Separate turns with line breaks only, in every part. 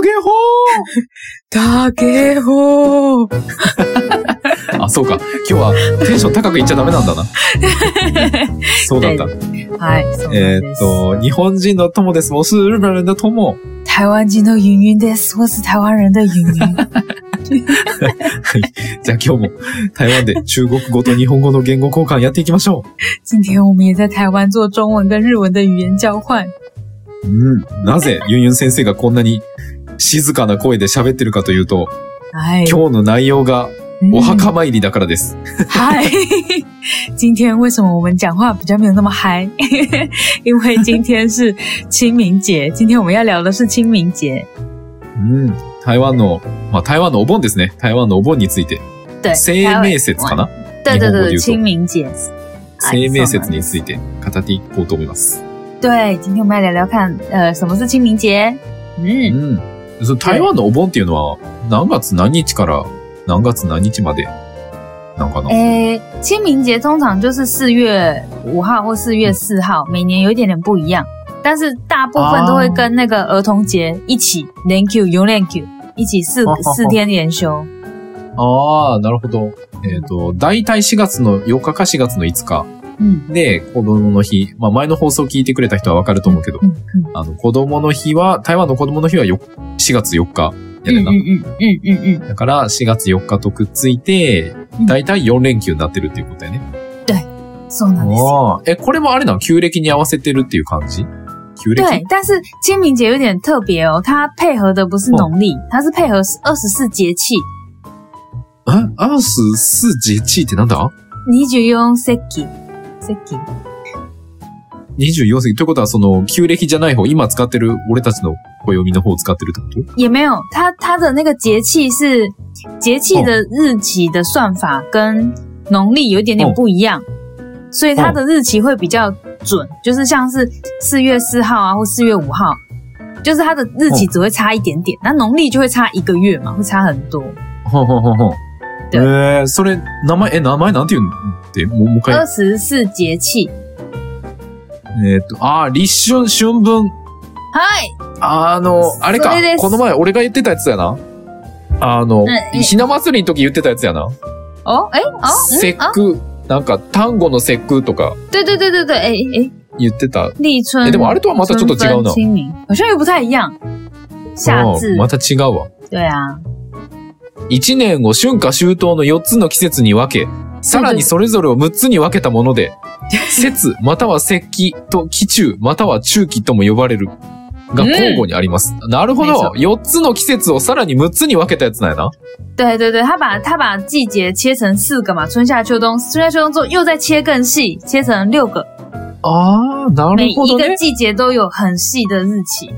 ゲホ
だけほー。
ーあ、そうか。今日はテンション高くいっちゃダメなん だな。そうだった。
はい、そうな
えー
んで
っ
す。
と、日本人の友です。我是日本人的友。
台湾人の云云です。我是台湾人的云云。
じゃあ今日も台湾で中国語と日本語の言語交換やっていきましょ
今天我们也在台湾做中文跟日文的语言交换。
う。うん。なぜユンユン先生がこんなに静かな声で喋ってるかというと、
はい。
今日の内容が
哎嗯
お墓参りだからです。
嗨，今天为什么我们讲话比较没有那么嗨？ 因为今天是清明节，今天我们要聊的是清明节。
うん。台湾の、まあ台湾のお盆ですね。台湾のお盆について。
对，
生
台湾
命節かな
对对
日本語で
对
言う
对，
と
清明节。
生命節
哎
について語っていこうと思います。
对，今天我们来聊聊看，呃，什么是清明节？
う
嗯，
ん。その台湾のお盆っていうのは何月何日から何月何日までなんかな
诶，呃清明节通常就是四月五号或四月四号，每年有一点点不一样，但是大部分都会
哦
跟那个儿童节一起连 Q 永连 Q 一起四
哦哦哦
四天连休。
ああ、なるほど。えっ、と、だいたい4月の4日か4月の5日
嗯
で子供の日。まあ前の放送聞いてくれた人はわかると思うけど、
嗯嗯。
あの、子供の日は、台湾の子供の日はよ4月4日やねんな。
嗯嗯嗯嗯嗯
だから4月4日とくっついて
う、ん
だいたい4連休になってるっていうことやね。
嗯，そうなんです。
ああ。え、これもあれなの旧暦に合わせてるっていう感じ旧暦
对，但是清明节有点特别哦，它配合的不是
哦
农历，它是配合二十四节气。
あ、アース、ス、ジ、チってなんだ
24節気。節気。
?24 世紀。ということは、その、旧暦じゃない方、今使ってる、俺たちの暦の方を使ってるってこと
也没有，它它的那个节气是节气的日期的算法跟农历有一点点不一样，所以它的日期会比较准，就是像是四月四号啊或四月五号，就是它的日期只会差一点点，那农历就会差一个月嘛，会差很多。
ほうほうほうほう。
で
えー、それ、名前、え、名前なんて言うんって、もう、もう一
二
回。
十四节气，
えーっと、あー、立春、春分。
嗨，
あの、あれか
それで。す
この前、俺が言ってたやつやな。あの
んえ、
ひな祭りの時言ってたやつやな。
哦，哎，哦，
節
嗯，啊，
句。なんか、単語の節句とか
对对对对对，哎哎，
言ってた。
立春
え、、でもあれとはまたちょっと違う
春分
な。
清明，好像又不太一样，夏
う
至
ん、また違うわ。
对啊，
一年を春夏秋冬の4つの季節に分け、さらにそれぞれを6つに分けたもの で、節または節気と気中または中期とも呼ばれるが交互にあります。なるほ
はい
ど
そ。
4つの季節をさらに6つに分けたやつなんやな。
对对对，他把他把季节切成四个嘛，春夏秋冬，春夏秋冬之后又再切更细，切成六个，
あー、な
每一个。季节都有很细的日期，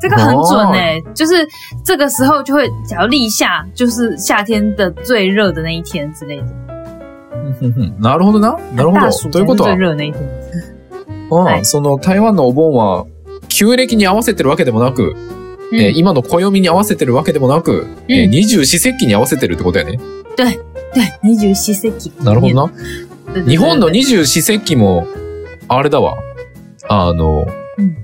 这个很准
哦
哎、就是这个时候就会，只要立夏就是夏天的最热的那一天之类的，
ふんふん ふんなるほどな。なるほ
大
ど。
暑
というこ
才
と
是
は、
最热的那一天，
う
は
ん、
い
その台湾のお盆は、旧暦に合わせてるわけでもなく、
嗯，
えー今の暦に合わせてるわけでもなく、えー
うん
二十四節気に合わせてるってことやね。
对，你觉得西塞吉？
なるほどな。
对。对对
日本の
对
二十四節気も、あれだわ。あの、
うん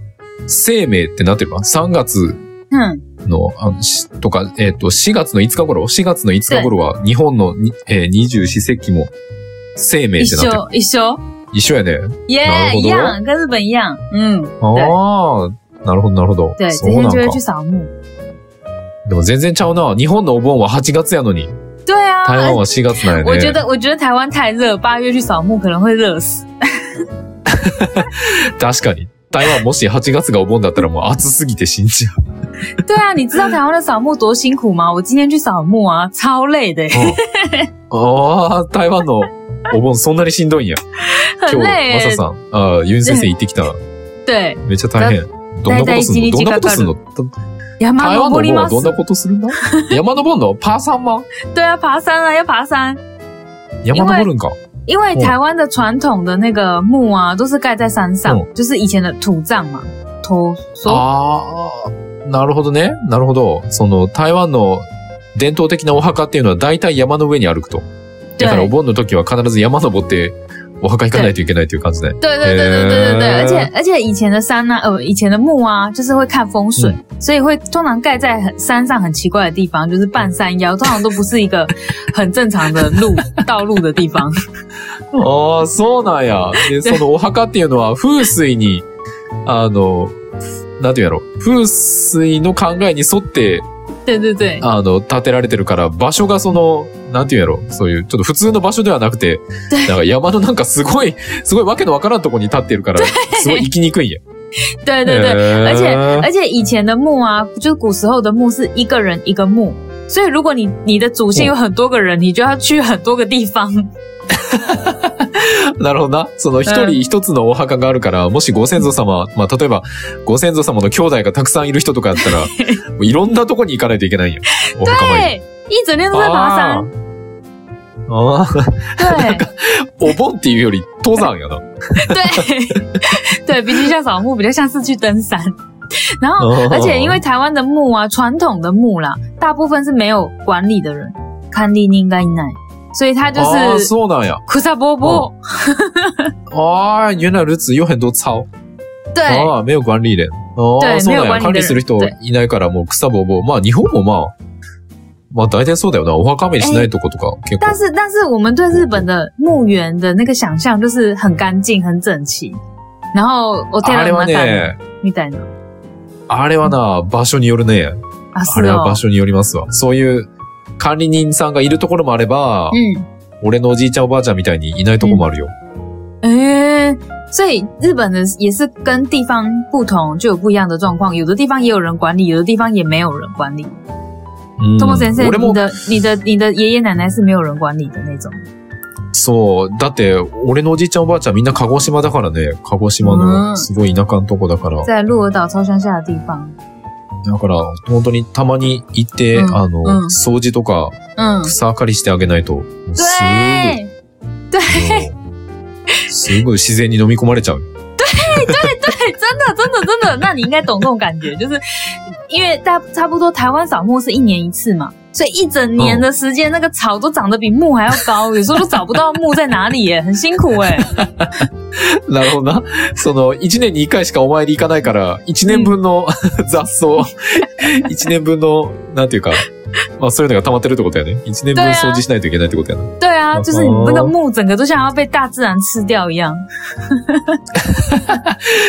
生命ってなってるわ。3月
嗯，
の、あのしとか、えっ、と、4月の5日頃、4月の5日頃は、日本のに、えー、二十四節気も、生命
一
ってなってる。
休一休，
一緒やね。
耶、
なるほど
一样，跟日本一样，嗯，
ああ、なるほど、なるほど。
对，
そ
今
う
天
なん
就
か
会。去扫墓，
でも全然ちゃうな。日本のお盆は8月やのに、
对啊，
台湾は4月なんやね。
我觉得，我觉得台湾太热，八月去扫墓可能会 热死。
確かに。台湾もし8月がお盆だったらもう暑すぎて死んじゃう。
对啊，你知道台湾的扫墓多辛苦吗？我今天去扫墓啊，超累的，
哦ああ、台湾のお盆そんなにしんど いんや。
很
今日、
累
マサ
耶。
さん、あーユン先生行ってきた。
对，
めっちゃ大変。どんなことするのどんなことするの
亚麻
台湾の盆
萝卜里
は
吗？
どんなことするの山登るのパーサンマン
对啊，爬山啊，要爬山。
山登るんか。
因
哦
为台湾的传统的那个墓啊，都是盖在山上，
嗯
就是以前的土葬嘛，土
哦
所
ああ、なるほどね。なるほど。その、台湾の伝統的なお墓っていうのは大体山の上に歩くと。だからお
对
盆の時は必ず山登って、お墓行かないといけないという感じで。
对对对对对对对，
嘿
而且而且以前的山呢、呃，以前的墓啊，就是会看风水，所以会通常盖在很山上很奇怪的地方，就是半山腰，通常都不是一个很正常的路道路的地方。
ああ、そうなんや。で、そのお墓っていうのは風水に、あの、なんていうんやろ。風水の考えに沿って、
对对对
あの、建てられてるから、場所がその、なんていうんやろ。そういう、ちょっと普通の場所ではなく て、
对
なんか山のなんかすごい、すごいわけのわからんとこに立ってる から、すごい行きにくいん や。
对对对，
へー
而且而且以前的墓啊，就是古时候的墓是一个人一个墓，所以如果你你的祖先有很多个人，你就要去很多个地方。
なるほどな。その一人一つのお墓があるから、もしご先祖様、まあ例えば、ご先祖様の兄弟がたくさんいる人とかだ ったら、もういろんなとこに行かないといけないんや。お墓参り。
对，一整天都在爬山。
ああ。
对
お盆っていうより登山やな。
对对，比起像扫墓，比较像是去登山。然后，
哦
而且因为台湾的墓啊，传统的墓啦，大部分是没有管理的人，看利宁该奈，所以他就
ああ、
哦是
そ
哦
うなんや。
苦萨波波。
ああ、原来如此有很多操。
对
ああ、没有管理人。あ
对
あ、そうなん
没有
や。
管理人
管理する人いないからもう草ぼうぼう。まあ日本もまあ、まあ大体そうだよな。お墓参りしないとことか結構
但。是但是我们对日本的墓园的那个想象就是很干净、很整齐，然后我
あれはね、
みたいな
あれはな、場所によるね。
啊，
あ
是
れは
哦
場，所によりますわ。そういう管理人さんがいるところもあれば、
嗯，
俺のおじいちゃんおばあちゃんみたいにいないとこもあるよ。
诶、所以日本的也是跟地方不同，就有不一样的状况。有的地方也有人管理，有的地方也没有人管理。
うん
通、先生，
俺
你
も
嗯的、你的、你的爷爷奶奶是没有人管理的那种。
そう。だって、俺のおじいちゃんおばあちゃんみんな鹿児島だからね。鹿児島
うん
のすごい田舎のとこだから。だ
在鹿儿岛超乡下的地方，
から、本当にたまに行って、
うん
あの、
うん
掃除とか
嗯，
草刈りしてあげないと、もうす
对，
ごい、もうすごい自然に飲み込まれちゃう。
对，真的，真的，真 的，那你应该懂这种感觉，就是因为大差不多台湾扫墓是一年一次嘛，所以一整年的时间，那个草都长得比墓还要高，有时候都找不到墓在哪里 耶，很辛苦哎。
なるほどな。その、一年に一回しかお参り行かないから、一年分の雑草、一年分の、なんていうか、まあそういうのが溜まってるってことやね。一年分
对啊
掃除しないといけないってことやね。
对啊，就是你那个墓整个都像要被大自然吃掉一样。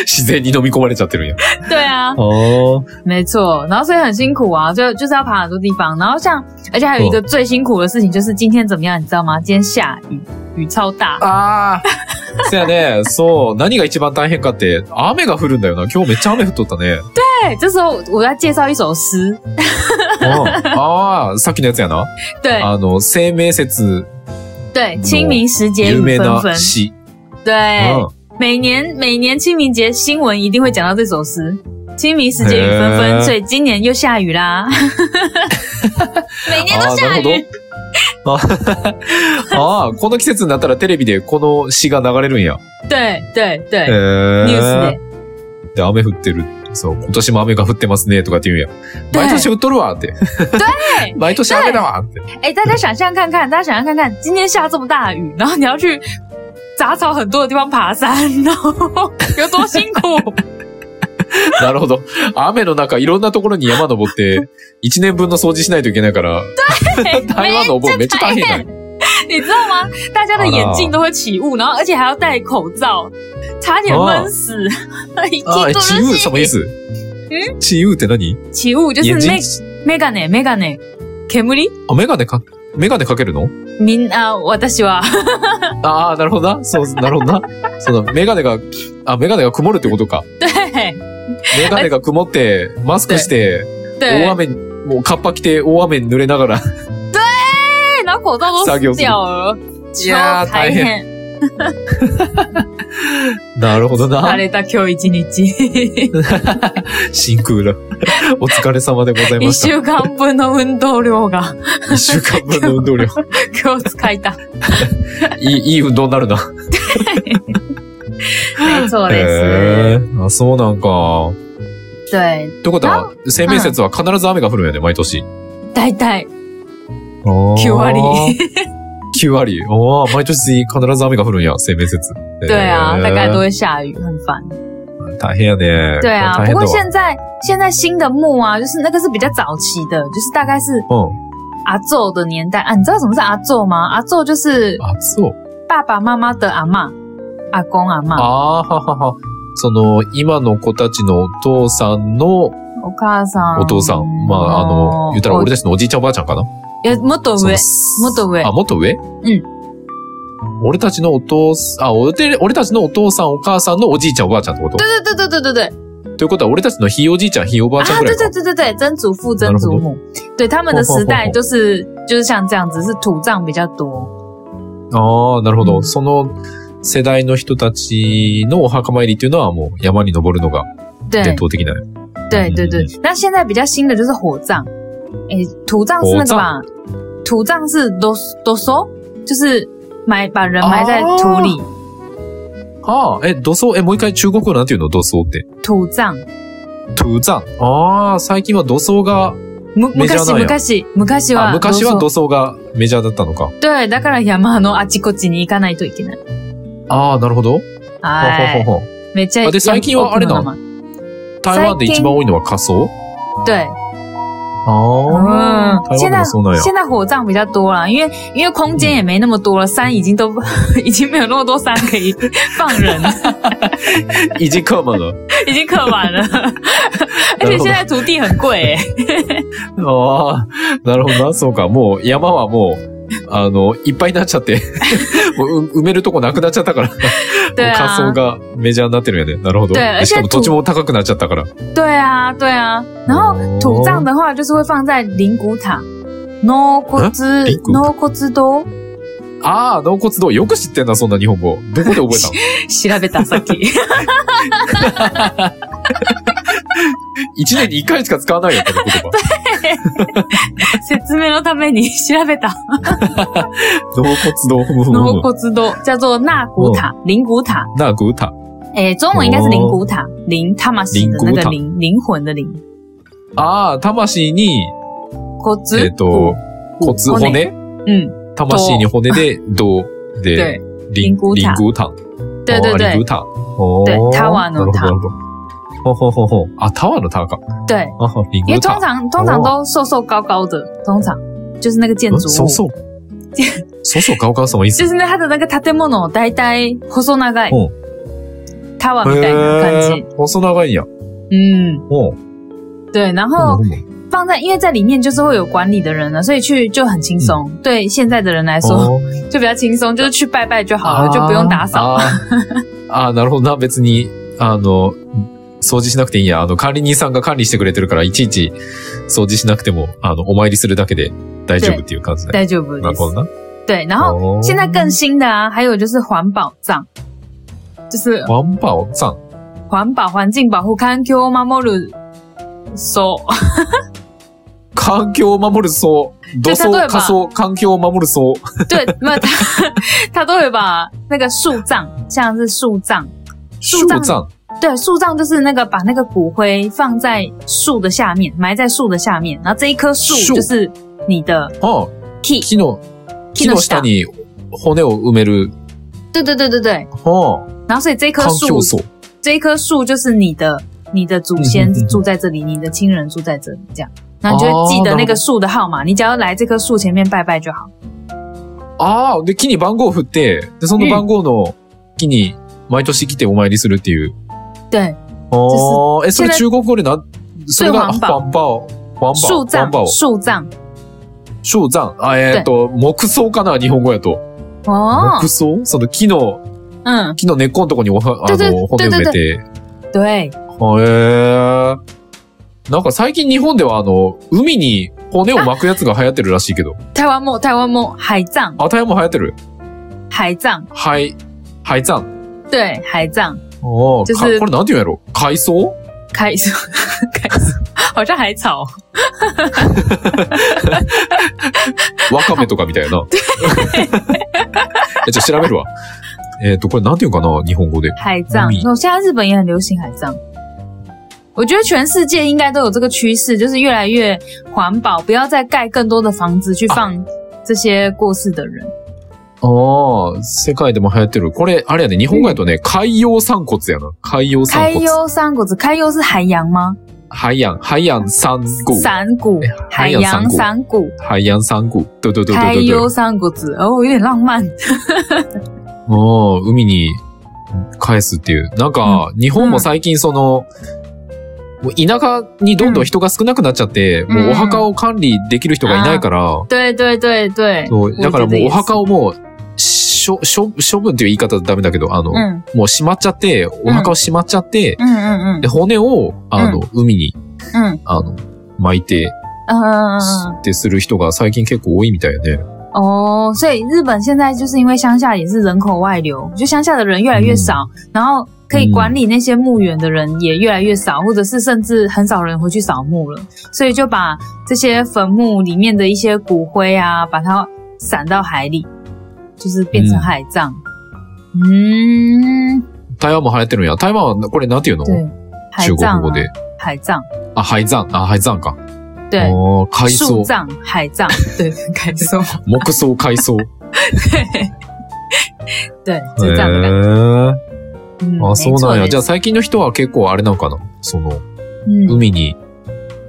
自然に飲み込まれちゃってるんや。
对啊，
ああ。
没错。然后所以很辛苦啊，就就是要爬很多地方。然后像，而且还有
哦
一个最辛苦的事情就是今天怎么样，你知道吗？今天下雨，雨超大。
ああ。そやね。そう。何が一番大変かって、雨が降るんだよな。今日めっちゃ雨降っとったね。
对，哎这时候我要介绍一首诗，
うんああ、さっきのやつやな。
对
あの、生命説
对，清明时节
嗯有
雨
名
纷
な
纷。
詩。
对，
うん
每年每年清明节新闻一定会讲到这首诗。清明时节雨纷纷，
嘿
所以今年又下 雨啦。每年
あ
都
あ、な
下
るほ
雨。
ど。あ あー、この季節になったらテレビでこの詩が流れるんや。
对对
へ
对，
え。
ニュースで。
で、雨降ってる。そう、今年も雨が降ってますね、とかって言うんや。
对
毎年降っとるわって。 毎年雨だわって。
哎，大家想象看看，大家想象看看，今天下这么大的雨，然后你要去杂草很多的地方爬山， 然后有多辛 苦？
なるほど。雨の中、いろんなところに山登って、一年分の掃除しないといけないから、
对
台湾的我没这大黑男。
哎你知道吗？大家的眼镜都会起雾，然后而且还要戴口罩，差点闷死。 一听
啊，
都
哦起雾什么意思？
嗯
起雾って何？
起雾就是
眼睛
meg megane megane kemuri
あ、メガネか、メガネかけるの？
min 啊，我的希望。
ああ、なるほどな。そう、なるほどな。そのメガネが、あ、メガネが曇るってことか。
对
メガネが曇って、マスクして、
对
大，雨にもうカッパ着て大雨に濡れながら。
然后口罩都
撒给我自
撕
己
掉了，
呀
超开
大
心。
なるほど
疲
な。
れた今日一日。
真空だ。お疲れ様でござい
一
ました。
週間分の運動量が
一週間分の運動量。
今日使えた。
いい、いい運動になるな。
そうです。
へえ。あ、そうなんか。
对，
ってことは、生命節は必ず雨が降るんやね、毎年。
大体
9
割。
9割。おー毎年必ず雨が降るんや、清明節。
对啊，
えー
大概都会下雨，很烦。
大変やね。
对啊，
大変だ
不过
わ。
现在现在新的墓啊，就是那个是比较早期的，就是大概是
うん。
阿昼的年代啊。你知道什么是阿昼吗？阿昼就是
あ、そう。
爸爸妈妈的阿嬷、阿公阿嬷、
あーははは。その、今の子たちのお父さんの
お母さん、
お父さん。まあ、あの、言ったら俺たちのおじいちゃんおばあちゃんかな。
いやもっと
その
上、もっと上。
あ、もっと上うん俺たちのお父さん、あ、俺て俺たちのお父さんお母さんのおじいちゃんおばあちゃんってこと
对对对对对对对，
ということは、俺たちのひいおじいちゃん、ひいおばあちゃん
啊，
ぐら
对
いか。
对对对对，曾祖父、曾祖母，对他们的时代就是就是像这样子，是土葬比较多。
ああ、なるほど。
うん
その世代の人たちのお墓参りっていうのはもう山に登るのが
对
伝统的な。
对对对
嗯，
那现在比较新的就是火葬，诶，土葬是那个吧？土葬是 d o d o s 就是埋把人埋在土里，
ああ、え、土葬、え、もう一回中国語なんていうの土葬って。
土葬。
土葬。ああ、最近は土葬が、
む
メジャー
昔
なんや
昔昔
あ
は
昔は
どう
土葬がメジャーだったのか。
そう对，だから山のあちこちに行かないといけない。
ああ、なるほど。ほ
は
う
い。
ほうほうほう
めっちゃ
あで最近はあれなの
奥の名前
台湾で一番多いのは火葬
对，
ああ
嗯，，
哦台
现
湾でも
在
そうなんや。
现在火葬比较多了，因为因为空间也没那么多了，山已经都 已经没有那么多山可以放 人，
イジカーマが。
已经刻完了。而且现在土地很 贵、欸，
ああ、なるほどな。そうか。もう山はもう、あの、いっぱいになっちゃ って、もうう埋めるとこなくなっちゃった から、もう
对
仮想
啊，
がメジャーになってるよね。なるほど。
对而且
しかも土地も高くなっちゃったから。
对啊，对啊。然
哦
后土葬的话，就是会放在灵骨塔。No 骨子
啊灵骨塔
No 骨子多，
ああ、納骨堂。よく知ってんな、そんな日本語。どこで 覚えたの
調べたさっき。
一年に一回しか使わないよ、この言葉。
説明のために調 べた。
納骨堂。
No 骨子多叫做纳骨塔、
哦
灵骨塔。
なあ、グータ。
诶，中文应
哦
该是灵骨塔，灵他妈是的那个灵，灵魂的灵。
ああ、魂に、
骨子，
えっ、と、骨、骨
哦嗯，
魂に骨で、銅
对
で、リン
リングータ
グータ。
对对
リン
对
グタ。哦
对タワーのタ
なるほどなるほど。ほうほうほうほう。あ、タワーのタワーか。
对，
あ、リン
因
グ
为
タ。
通常通常都瘦瘦高高的，通常就是那个建
う
筑
んそうそ
物，
う。そうそう、ガオガオさんはいいっす
就是那它的那个建物の大体細長い
うん。
タワーみたいな感
へ
じ
え。。細長いんや。
嗯，
おう。
对。然
嗯
后放在，因为在里面就是会有管理的人了，所以去就很轻松。对现在的人来说
おう
就比较轻松，就是去拜拜就好了，就不用打扫。
あーあー、なるほどな。別に、あの、掃除しなくていいんや。あの、管理人さんが管理してくれてるから、いちいち掃除しなくても、あの、お参りするだけで大丈夫っていう感じだよ。
大丈夫
な
で
るほ
す。
どな。
对，然后
おう
现在更新的啊，还有就是环保葬，就是
ワンパオさん。
环保环境保护環境を守る。そう。
環境を守る層、土層、
例えば
仮層、環境を守る層。
对，那他 他都会把那个树葬，像是树葬，
树
树
葬
葬对，树葬就是那个把那个骨灰放在树的下面，埋在树的下面，然后这一棵树
树
就是你的
あ
key。
木の、木
木
の
の
下
下
に骨を埋める。
对对对对对，
はあ
然后所以这棵
環境
树，
層。
这一棵树就是你的你的祖
嗯
先
嗯嗯嗯
住在这里，你的亲人住在这里，这样，然后你就会记
哦
得
那
那
我
个树的号码，你只要来这棵树前面拜拜就好。
ああ、で、木に番号を振って、で、その番号の木に毎年来てお参りするっていう。
对，
ああ、え、それ
それ
中国語でなん、それが、ワン
ワン
パ
パ
オ、ワンパオ、ワ
树
ン
葬
パオ、
树葬
树葬。あ、えーっと、木葬かな、日本語やと。
哦
木，葬その木の、
嗯，
木の根っこのとこにおは、あ
对
の、
对
骨
对
埋
对
めて。へ
对，
え。なんか最近日本ではあの、海に骨を巻くやつが流行ってるらしいけど。
台湾梦台湾梦海葬。
あたやも流行ってる。
海葬，
はい。はいざん。
对，海葬，
おー
就
か
是
これなんて言うんやろ海藻
开 开好像海草，
わかめとかみたいな。 え、じゃあ調べるわ。えっ、と、これなんて言うんかな日本語で。
海葬
米。
哦，现在日本也很流行海葬。我觉得全世界应该都有这个趋势，就是越来
啊
越环保，不要再盖更多的房子去放这些过世的人。
ああ、世界でも流行ってる。これ、あれやね、日本語やとね、海洋散骨やな。海洋散
开
骨。
优山谷子，开优是海洋吗？
海洋、海洋散骨。
山谷
哎，
海
海洋山
洋
谷
山谷，
海洋散骨。对对对
开
对对对
优。山谷子，哦，有点浪漫。
もう、海に返すっていう。なんか、日本も最近その、もう田舎にどんどん人が少なくなっちゃって、
うん
もうお墓を管理できる人がいないから、
对对对对，
そう、だからもうお墓
を，
をもう、処、処、処分っていう言い方ダメだけど、あの、
嗯
もうしまっちゃって、お墓をしまっちゃって、
嗯嗯嗯
で、骨を、あの、海に、
嗯
あの、巻いて、
嗯嗯嗯
ってする人が最近結構多いみたいね。
嗯，哦，所以日本现在就是因为乡下也是人口外流，就乡下的人越来越少，然后可以管理那些墓园的人也越来越少，或者是甚至很少人回去扫墓了，所以就把这些坟墓里面的一些骨灰啊，把它散到海里，就是变成
嗯
海葬。嗯，
台湾も流行ってるんや。台湾は、これなんていうの
对，海
中
葬、
国語、
啊
で。
海葬，
あ、海山。あ、海山か。
对，
おー海藻。
树葬、海葬，对， 海葬，
木葬海 藻。
对，就是这样的感
哦
觉。
へ
嗯
ーあ、そうなんや。じゃ
就
あ最近の人は結構あれなんかなその、
嗯，
海に、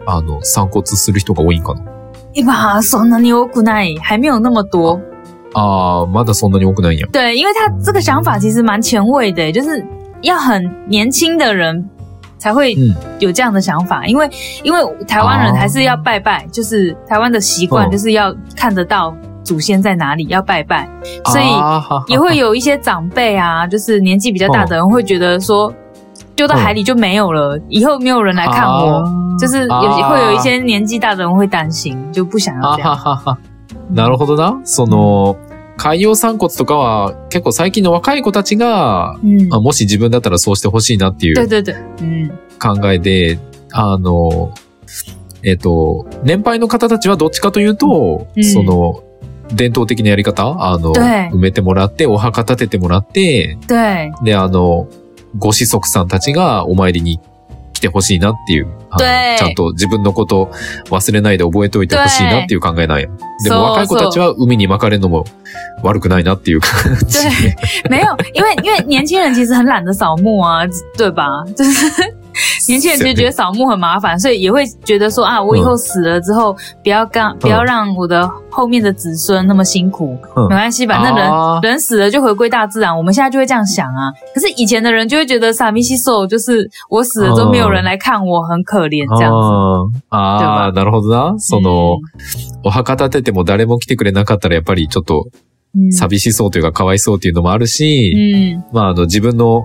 あの、散骨する人が多いんかな
哇，そんなに多くない，还没有那么多。
あー、まだそんなに多くないんや。
对，因为他这个想法其实蛮前卫的，就是要很年轻的人才会
嗯
有这样的想法，因为因为台湾人
哦
还是要拜拜，就是台湾的习惯
嗯
就是要看得到祖先在哪里，要拜拜，
啊
所以
あーはは
也会有一些长辈啊，就是年纪比较大的人会觉得说，丢到海里就没有了，以后没有人来看我。
あー
就是有、
啊
会有一些年纪大的人会担心，就不想要
あ
这样。嗯
ははは。なるほどな。その、海洋散骨とかは結構最近の若い子たちが、
嗯
ま，あもし自分だったらそうしてほしいなってい
对
う
对对，嗯
考えで、あの、えっと、年配の方たちはどっちかというと、
うん
その、伝統的なやり方、あの、
对
埋めてもらって、お墓建ててもらって、
对
で、あの、ご子息さんたちがお参りに来てほしいなっていう、あの
对
ちゃんと自分のこと忘れないで覚えておいてほしいなっていう考えなんや。でも
そう
若い子たちは海に巻かれるのも悪くないなっていう感じ。
对， 没有，因为因为年轻人其实很懒得扫墓啊， 对吧？就是年轻人其实觉得扫墓很麻烦，所以也会觉得说啊，我以后死了之后，不要干，不要让我的后面的子孙那么辛苦，
嗯
没关系，反正人
啊
人死了就回归大自然，我们现在就会这样想啊。可是以前的人就会觉得傻咪西兽，就是我死了都没有人来看我，很可怜这样
哦
子。
ああー、なるほどな。その、お墓建てても誰も来てくれなかったらやっぱりちょっと
嗯
寂しそうというかかわいそうっていうのもあるし、
嗯，
まああの自分の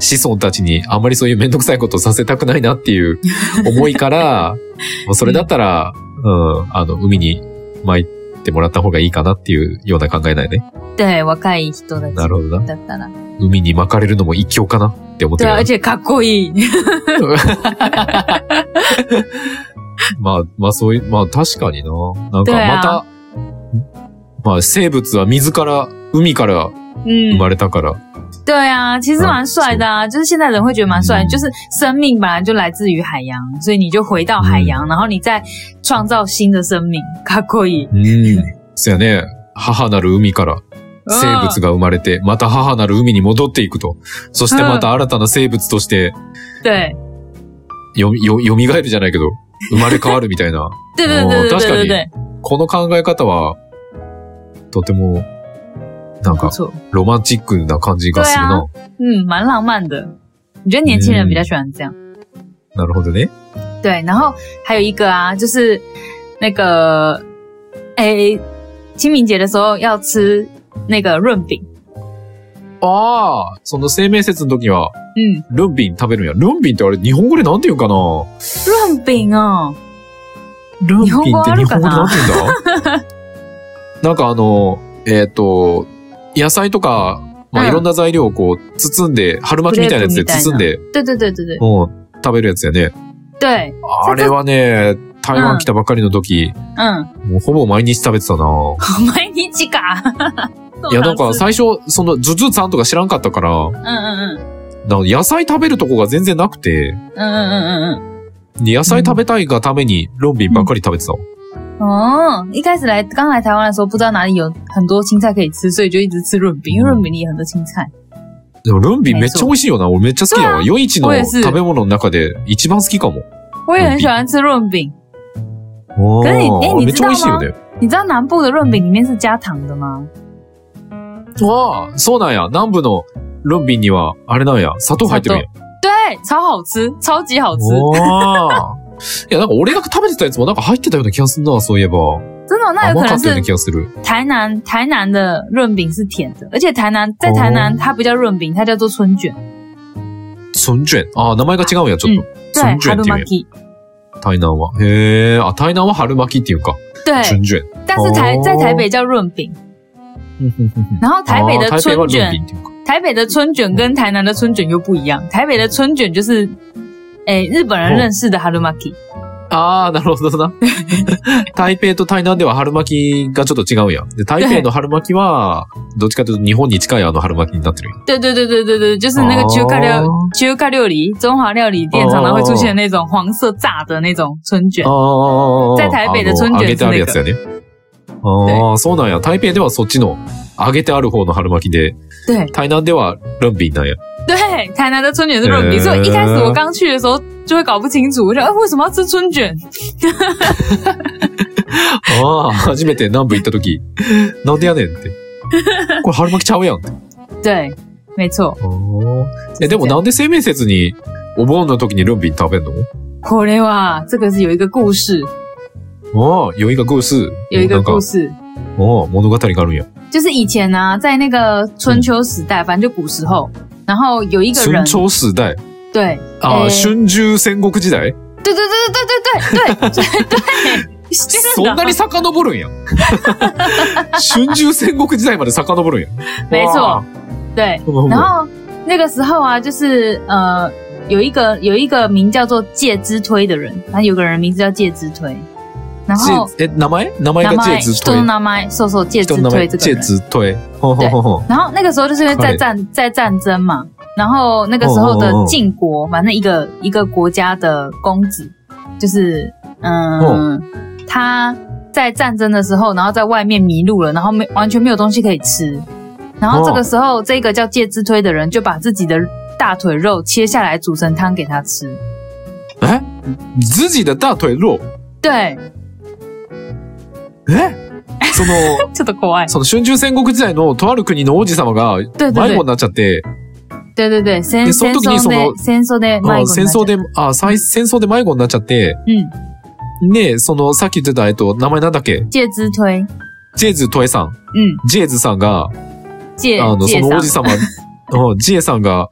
子孫たちにあんまりそういうめんどくさいことをさせたくないなっていう思い から、もうそれだったら、うん、あの海に巻いてもらった方がいいかなっていうような考えないね。
对，若い人たち
なるほどな。
だったら，
海に巻かれるのも一興かなって思って
对
る
啊，
な
而。且かっこ いい。
まあ、まあそういう、まあ確かにな。なんか
对
また
啊、
まあ生物は水から、海から生
嗯，
まれたから。
对啊，其实蛮帅的啊，就是现在人会觉得蛮帅，
嗯
就是生命本来就来自于海洋，所以你就回到海洋，然后你再创造新的生命，かっこいい。
うん。そやね。母なる海から
嗯
生物が生まれて、また母なる海に戻っていくと。そしてまた新たな生物として
对，
よ、よ、蘇るじゃないけど、生まれ変わるみたいな。
对对对对对
確か
对
に
对，
この考え方は、とても、なん
不
か、
错，
ロマンチックな感じがするな。
嗯，蛮浪漫的。我觉得年轻人比较喜欢这样。
なるほどね。
对，然后还有一个啊，就是那个，诶、清明节的时候要吃那个润饼，
ああ、その生命説の時は、
嗯，
ルンビン食べるんや。ルンビンってあれ、日本語でなんて言うんかな
润饼哦，
ルン
日本
ビン
語
って
あ
日
る
本
か
語でな
なん
て言うんだ なんかあの、えっ、と、野菜とか、ま
う
あ、
ん
いろんな材料をこう、包んで、春巻きみたいなやつで包んで、
对对对对对
うん、食べるやつやね。
对，
あれはね、台湾来たばっかりの時、
嗯，
もうほぼ毎日食べてた な。
毎日か。
いや、なんか
そう
最初、その、ズズさんとか知らんかったから、
なんです
なんか野菜食べるとこが全然なくて、
嗯うんうんうんうんうんうん
で野菜食べたいがために、ロンビンばっかり食べてたわ。
うん哦，一开始来刚来台湾的时候，不知道哪里有很多青菜可以吃，所以就一直吃润饼，
嗯
因为润饼里有很多青菜。
でも、ルンビめっちゃ美味しいよな。俺めっちゃ好きやわ。夜市の
我也是
食べ物の中で一番好きかも。
我也很喜欢吃润饼，
お
可是你哎
ー
你
めっちゃ美味しいよね。
你知道南部的润饼里面是加糖的吗？
わあ、そうなんや。南部のルンビには、あれなんや、砂糖入ってるんや。
对，超好吃，超级好吃，
哦わあ。いや、なんか俺が食べてたやつもなんか入ってたような気がするな、そういえば。
真的哦、那有
甘
可
か
能
ったよう
是
な気がする。
台南台南的润饼是甜的，而且台南在台
哦
南它不叫润饼，它叫做春卷，
ソンジュエン。ああ、名前が違うんや、ちょっと。
对
春卷
哈
って言
鲁玛
うんや。
基，
台南は。へえ。あ、台南は春巻きっていうか。
对，
春卷。
但是台
哦
在台北叫润饼，然后台北
あー
的
台北は
春
ルン
卷
ビ，っていうか。
台北的春卷跟台南的春卷又不一样，台北的春卷就是，诶、日本人认识的哈鲁玛基，
ああ、なるほどな。 台北と台南では春巻きがちょっと違うんや。で、台北の春巻きは、どっちかというと日本に近いあの春巻きになってるんや。
对对对对对对，就是那个
哦
q 卡料 q 卡料理中华料理店常常会出现的那种黄色炸的那种春卷
あ。ああああああ
在台北的春
あの揚
卷
げてあるやつやね。ああ、そうなんや。台北ではそっちの揚げてある方の春巻きで、
对
台南ではルンビンなんや。
对，台南的春卷是润饼，
呃
所以一开始我刚去的时候就会搞不清楚，我想，哎，为什么要吃春卷？
ああ、 初めて南部行った時、なんでやねん って。これ春巻きちゃうやんって。
对，没错。
え、でもなんで生命節に、お盆の時にルンビン食べんの
これは这个是有一个故事，
ああ、有一个故事。
有一
な
个
んか
故事。
おお物語があるんや。
就是以前呢、在那个春秋时代，反正就古时候，然后有一个人
春，秋时代。
对，
あ、
えー
あ、春秋戦国時代
对对对对对对对对对对，
そんなに遡るん や。春秋戦国時代まで遡るんや。
没错
わ，
对。
あ。
然后那个时候啊，就是呃，有一个有一个名叫做介之推的人，然后有个人名字叫介之推，然后
え、名前名前がジェズ
人の名前，そうそう介之推这
ジェ
个人。
ズトイ。ほうほうほうほう
然后那个时候就是因为在战在战争嘛，然后那个时候的晋国，反正一个一个国家的公子，就是嗯、
哦
他在战争的时候，然后在外面迷路了，然后没完全没有东西可以吃，然后这个时候、这个叫介之推的人就把自己的大腿肉切下来煮成汤给他吃，
え自己的大腿肉
对，
えその、
这都可爱，
その春秋戦国時代のとある国の王子様が
对对
迷子
对
になっちゃって、
对对对，先
そ
先
の時に
说
そ
的
の
先说
あ戦争
的
で、あ、再戦争で迷子になっちゃって、
嗯
ねその、さっき言ってた、えっと、名前なんだっけ
介之推，
ジェズトエさん。
嗯
ジェズさんが、
介
あの、そ
介
の
上
王子様、うんジエさんが、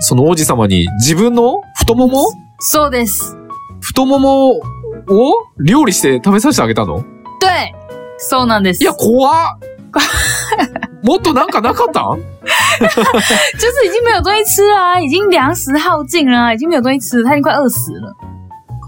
その王子様に自分の太もも
そうです。
太ももを料理して食べさせてあげたの
对，そうなんです。
いや、怖っもっとなんかなかったん
就是已经没有东西吃了、啊，已经粮食耗尽了、啊，已经没有东西吃了，他已经快饿死了。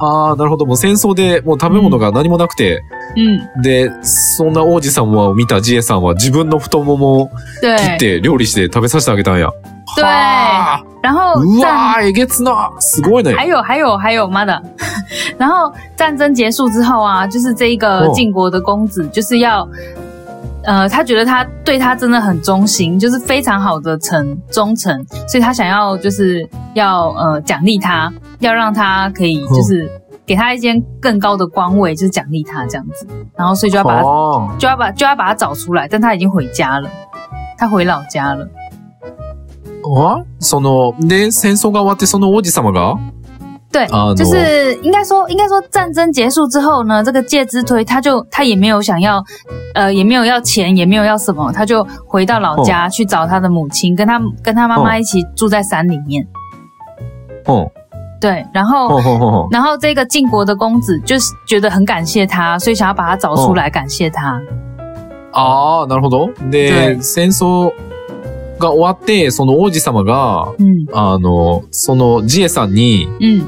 ああ、なるほど。もう戦争でもう食べ物が何もなくて、
嗯，
で、そんな王子様を見たジエさんは自分の太ももを
对
切って料理して食べさせてあげたんや。
对
はー
然后
う
战
わー、えげつなすごいね。
还有还有还有妈的， 然后战争结束之后啊，就是这一个
哦
晋国的公子就是要。呃，他觉得他对他真的很忠心，就是非常好的臣忠诚，所以他想要就是要呃奖励他，要让他可以就是给他一间更高的官位，就是奖励他这样子，然后所以就要把他
あ
就要把就要把他找出来，但他已经回家了，他回老家了。
ーあその、で、戦争が終わってその王子様が
对
啊，
就是应该说，应该说战争结束之后呢，这个介之推他就他也没有想要，呃，也没有要钱，也没有要什么，他就回到老家去找他的母亲，跟他跟他妈妈
哦
一起住在山里面。
うん。
对，然后
ほうほうほうほう。
然后这个晋国的公子就是觉得很感谢他，所以想要把他找出
哦
来感谢他。
ああ、なるほど。
う
で、
ん
戦争が終わって、その王子様が、
嗯
あの、そのジエさんに、
嗯，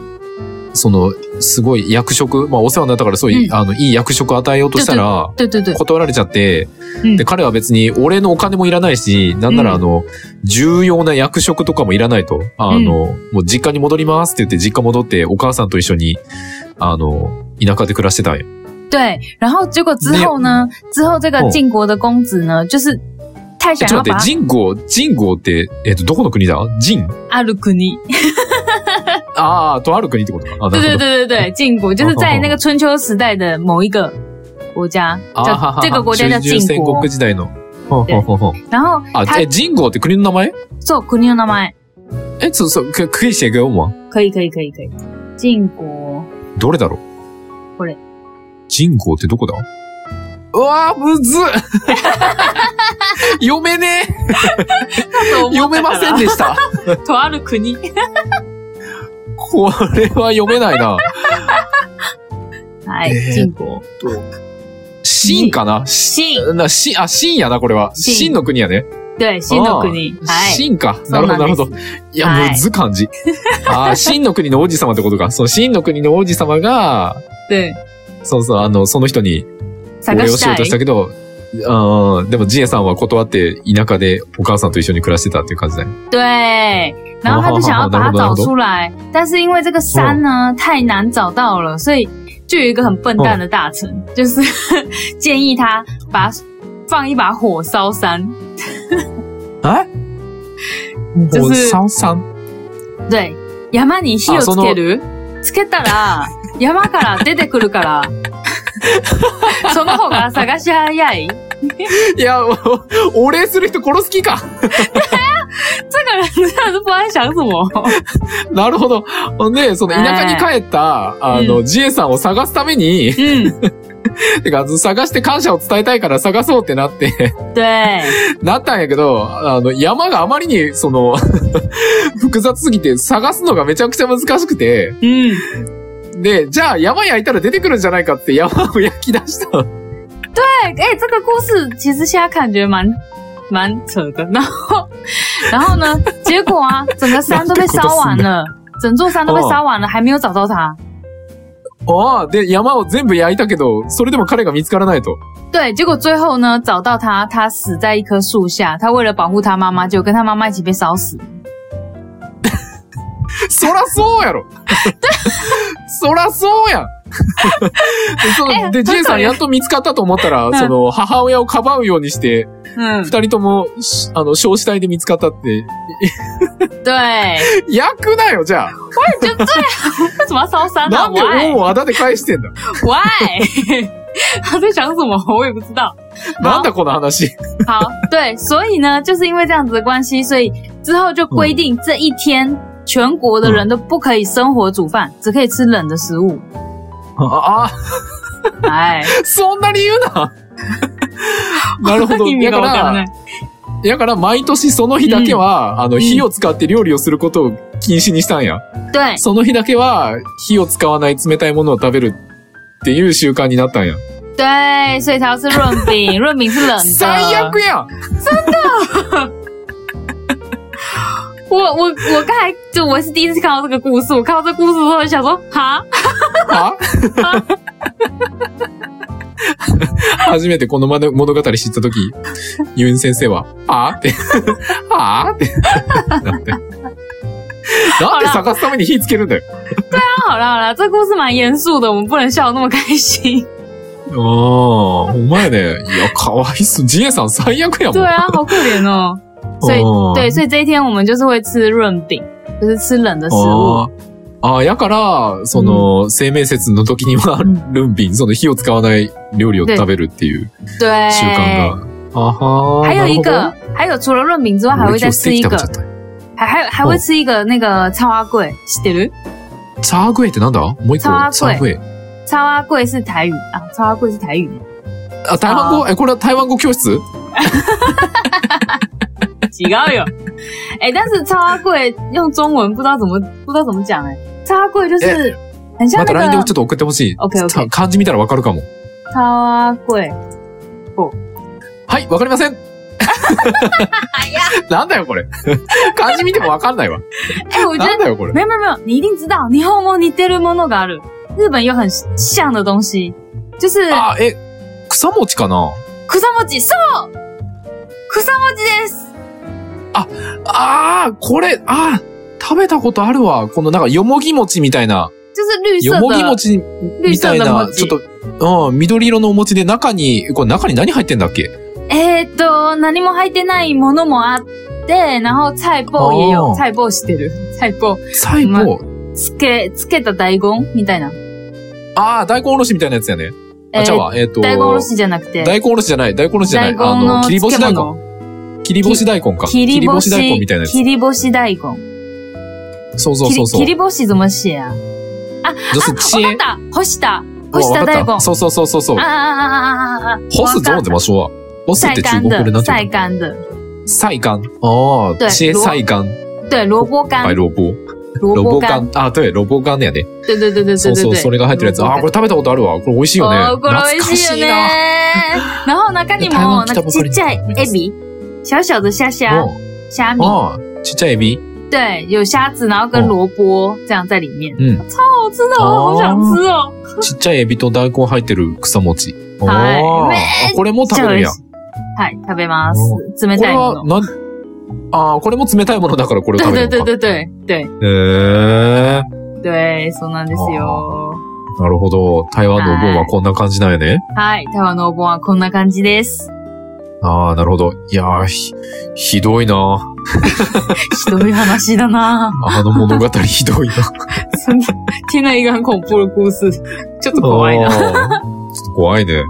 その、すごい役職、まあお世話になったから、そういう、
うん
あの、いい役職与えようとしたら、
对对对，
断られちゃって、
うん
で、彼は別に俺のお金もいらないし、なんなら
うん
あの、重要な役職とかもいらないと、あの、もう実家に戻りますって言って実家戻ってお母さんと一緒に、あの、田舎で暮らしてたんよ。
对，然后结果之后呢，之后这
哦
个晋国的公子呢，就是太
えち
想
ょ
要
っと待
把
って、人口、人口って、えっ、と、どこの国だ人
阿鲁库尼，
ああ、とある国ってことか。あ、な
对
る
对
ほど。
对对 对，晋国就是在那个春秋时代的某一个国家，
あーは
叫
は
这个国家叫晋
戦
国
国。時代の。ほうほうほうほう
然后
あ、
他
え、人口って国の名前
做国的名前，
え、そうそう、く、くいしてくよ、もう。
可以可以可以可以，晋国
どれだろう
これ。
人口ってどこだうわー、むずっ 読めねえ読めませ んでした
とある国。
これは読めないな。
哎，
えー
晋国
真かな
晋，
な、し、あ、真やな、これは。
秦
真の国やね。
对晋の国，哎，
真か。
そ
な
う
るほど、なるほ
ん
ど
で。す
いや、
はい
むず漢字。あ ー、真の国の王子様ってことか。その真の国の王子様が、
对，
そうそう、あの、その人にお礼
探
をしようと
し
したた
い。
けど、うん、でもジエさんは断って田舎でお母さんと一緒に暮らしてたっていう感じだね。
对，然后他就想要把它找出来，但是因为这个山呢太难找到了，所以就有一个很笨蛋的大臣，就是 建议他把放一把火烧山。
え
就是
サンサン。
对，山に火をつける。つけたら山から出てくるから。その方が探し早い。
いや、 おお礼する人殺す気か。
这个人真的是不知道在想什么。
なるほど。ねその田舎に帰った、あ
う
の、ジエさんを探すために、
嗯，
てか、探して感謝を伝えたいから探そうってなって、
对，
なったんやけど、あの、山があまりに、その、 複雑すぎて、探すのがめちゃくちゃ難しくて、
嗯，
で、じゃあ山焼いたら出てくるんじゃないかって山を焼き出したの
对，哎、这个故事其实现在看觉得蛮蛮扯的。然后，然后呢，结果啊，整个山都被烧完了，整座山都被烧完了，还没有找到他。
ああ、で、山を全部焼いたけど、それでも彼が見つからないと。
对，结果最后呢，找到他，他死在一棵树下。他为了保护他妈妈，就跟他妈妈一起被烧死。
そらそうや ろそらそう やんそうで、ジェイさんやっと見つかったと思ったら、
ん
その、母親をかばうようにして、二，
嗯
人とも、しあの、焼死体で見つかったって、
对，
焼くなよ、じゃあ。
为什么要烧山呢、
な
啊、
んで恩
？Why
をあだで返してんだ
why？他 在想什么？我也不知道。
なんだこの話。
好，对，所以呢，就是因为这样子的关系，所以之后就规定这一天全国的人都不可以生火煮饭，只可以吃冷的食物。
ああ、
哎，
そんな理由 ななるほど。
意味
だ
が
か
わからない
ら、。だから毎年その日だけは、あの、
ん
火を使って料理をすることを禁止にしたんや。
对
その日だけは火を使わない冷たいものを食べるっていう習慣になったんや。
对，所以才要吃润饼，润饼是冷
最
的。
悪やん
我我我刚才就我是第一次看到这个故事，我看到这个故事之后就想说，哈，
は 初めてこの物語知ったとき、ユン先生は、はぁって、 はぁって、 なって。なんで探すために火つけるんだよ。
那好了好了，这故事蛮严肃的，我们不能笑得那么开心。
ああ、お前ね、いや、かわいそう。ジエさん最悪やもん。
对啊，好可怜哦。所以
うん
对，所以这一天我们就是会吃润饼，就是吃冷的食
あ
物。
ーあー、やから、その、生命節の時には、
うん
ルンビン、その火を使わない料理を食べるっていう
对，
習慣が。あはー
还有一
な
个
る，
还有除了润饼之外，
ほど
还哦会再吃一
俺今日ステ
个
ーキ食べ，ちゃっ
还还有还会吃一个那个超阿贵，知ってる？
たチャーグエってなんだもう一個。チ
チャ
ャ
ー
ー
グ
グエ。
超阿贵是台语啊，超阿贵是台语。
あ、台湾語え、これは台湾語教室
几高有？哎、但是超阿贵用中文不知道怎么不知道怎么讲哎、超阿贵就是很像
また
那
LINE でちょっ
个
と送ってほしい。
OK，OK
た漢字見たらわかるかも。
超阿贵，
はい、わかりません。なんだよ、これ。漢字見てもわかんないわ。
哎、我觉
なん
得
だよ、これ。
没有没有没有，你一定知道，你后摸你得るものがある。日本有很像的东西，就是
あ、え、草餅かな
草餅そう草餅です
ああ、これ、ああ、食べたことあるわ。このなんか、よもぎ餅みたいな。
就是就是绿色
よもぎ
的，
餅みたい
绿色
な、
の
ち
餅
ょっと、うん、緑色のお餅で中に、これ中に何入ってんだっけ
えーっと何も入ってないものもあって、然后菜包也有
哦
菜包してる菜包
最後、
つけつけた大根みたいな。
ああ、大根おろしみたいなやつやね。
え
あ、
ー
じゃあ、えっと、
大根おろしじゃなくて。
大根おろしじゃない、大根おろしじゃな
大
い。
根
あ
の
の、切り干し大
漬
根。
物。
切り干し大根か。
切り干し
切大根みたいなや
切り干し大根。
つ。そうそう
切
そう
り
そう。
切り干し怎么写啊？
就是切。
わかった干した干
哦
し
わ
た
かっ
大根。
そうそうそうそうそう
あ。ああああああああ。
干す怎么怎么说啊？干すって
晒
中
干
国語で
的，
なんて
晒
いうの？晒干。
干的，
哦
对，
切晒干，
对，萝卜干
白，萝卜，
萝
萝
卜
卜
干
干，啊，对，萝卜干やね。
对对对对
そ
对
う
对
そう、
对，
それが入ってるやつ。あー、これ食べたことあるわ。これ美味しいよね。
哦これ美味
懐か
しい
しい
よ
な。
ね。然后呢，看你
台
们
湾
那
来た
个
ばか
ち
り
っちゃいエビ，小小的虾虾虾米，
哦，哦ちっちゃいエビ。
对，有虾子，然后跟
哦
萝卜这样在里面，
嗯，
超好吃的，我好
哦
想吃哦。
ちっちゃいエビと大根入ってる草餅。おー
はい
あこれも食べるんや。
はい、食べます
哦。
冷
こ
た
れ
いも
は
の。
な、あーこれも冷たいものだからこれを
对
食べ
对
るの
对
か。
对对对
へー。
对，そうなんですよ。
なるほど。台湾のお盆はこんな感じなんやね。
はい、台湾のお盆はこんな感じです。
ああ、なるほど。いやー、ひ、ひどいな
ひどい話だな ぁ。
あの物語ひどいな
真的听了一个很恐怖的故事，ちょっと 怖いな。
あーちょっと怖いね。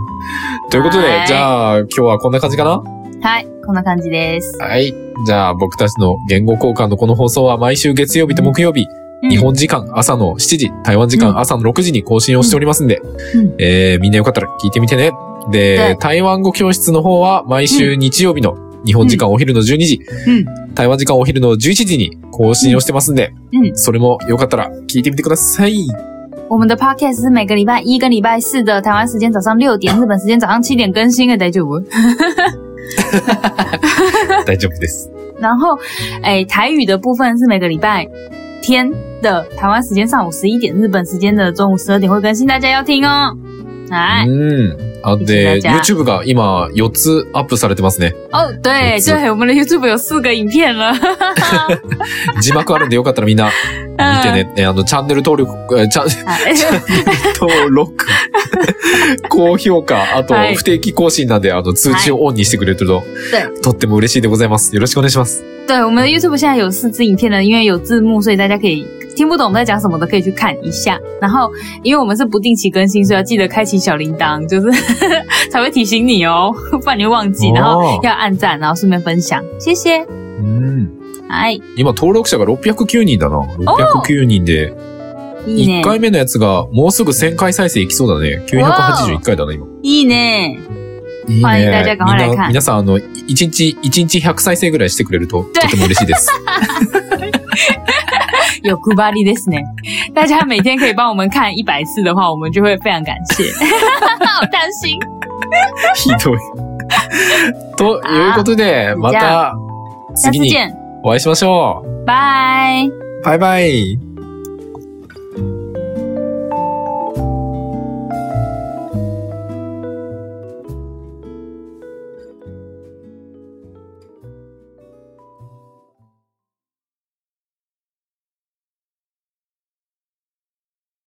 ということ
は
で
い、
じゃあ今日はこんな感じかな
はい、こんな感じです。
はい。じゃあ僕たちの言語交換のこの放送は毎週月曜日と木曜日、
うん
日本時間朝の7時、台湾時
うん
間朝の6時に更新をしておりますんで、
うん
えー、みんなよかったら聞いてみてね。
で
で、台湾語教室の方は毎週日曜日の日本時間お昼の12時、
うん
台湾時間お昼の11時に更新をしてますんで、
うんうん
それもよかったら聞いてみてくださ い。
我们的 podcast 是每个礼拜一跟礼拜四的台湾时间早上六点，日本时间早上七点更新的，大丈夫？
大丈夫です。
然后，哎，台语的部分是每个礼拜天的台湾时间上午十一点，日本时间的中午十二点会更新，大家要听哦。
嗯
来，
うん。あ
い
で、
つだじ
YouTube が今4つアップされてますね。
哦，对
没错
对，我们的 YouTube 有四个影 片了，
字幕あるんでよかったらみんな 見てね。ねあの、チャンネル登録、えーチャン
哎
登 録、高評価、あと
はい
不定期更新なんで、あの、通知をオンにしてくれると、
对
とっても嬉しいでございます。よろしくお願いします。
对，我们的 YouTube 现在有四支影片了，因为有字幕，所以大家可以听不懂我们在讲什么的，可以去看一下。然后，因为我们是不定期更新，所以要记得开启小铃铛，就是 才会提醒你哦，不然你会忘记。然后
哦
要按赞，啊然后顺便分享，谢谢。
うん。
哎，
今、登録者が609人だな。609人で、
いいね
1。回目のやつがもうすぐ1000回再生いきそうだね。981回だね、今。
いいね。
いい
はい
ね。
大丈夫
みん
ほらか
な、皆さん、あの、1日、一日100再生ぐらいしてくれ ると、とても嬉しいです。
有哭巴力ですね。大家每天可以帮我们看一百次的话，我们就会非常感谢。 好担心。
ひ どい。ということで、ま
じゃ
た、
下
次
次
に
见，
お会いしましょ
拜。
う。バイバイ。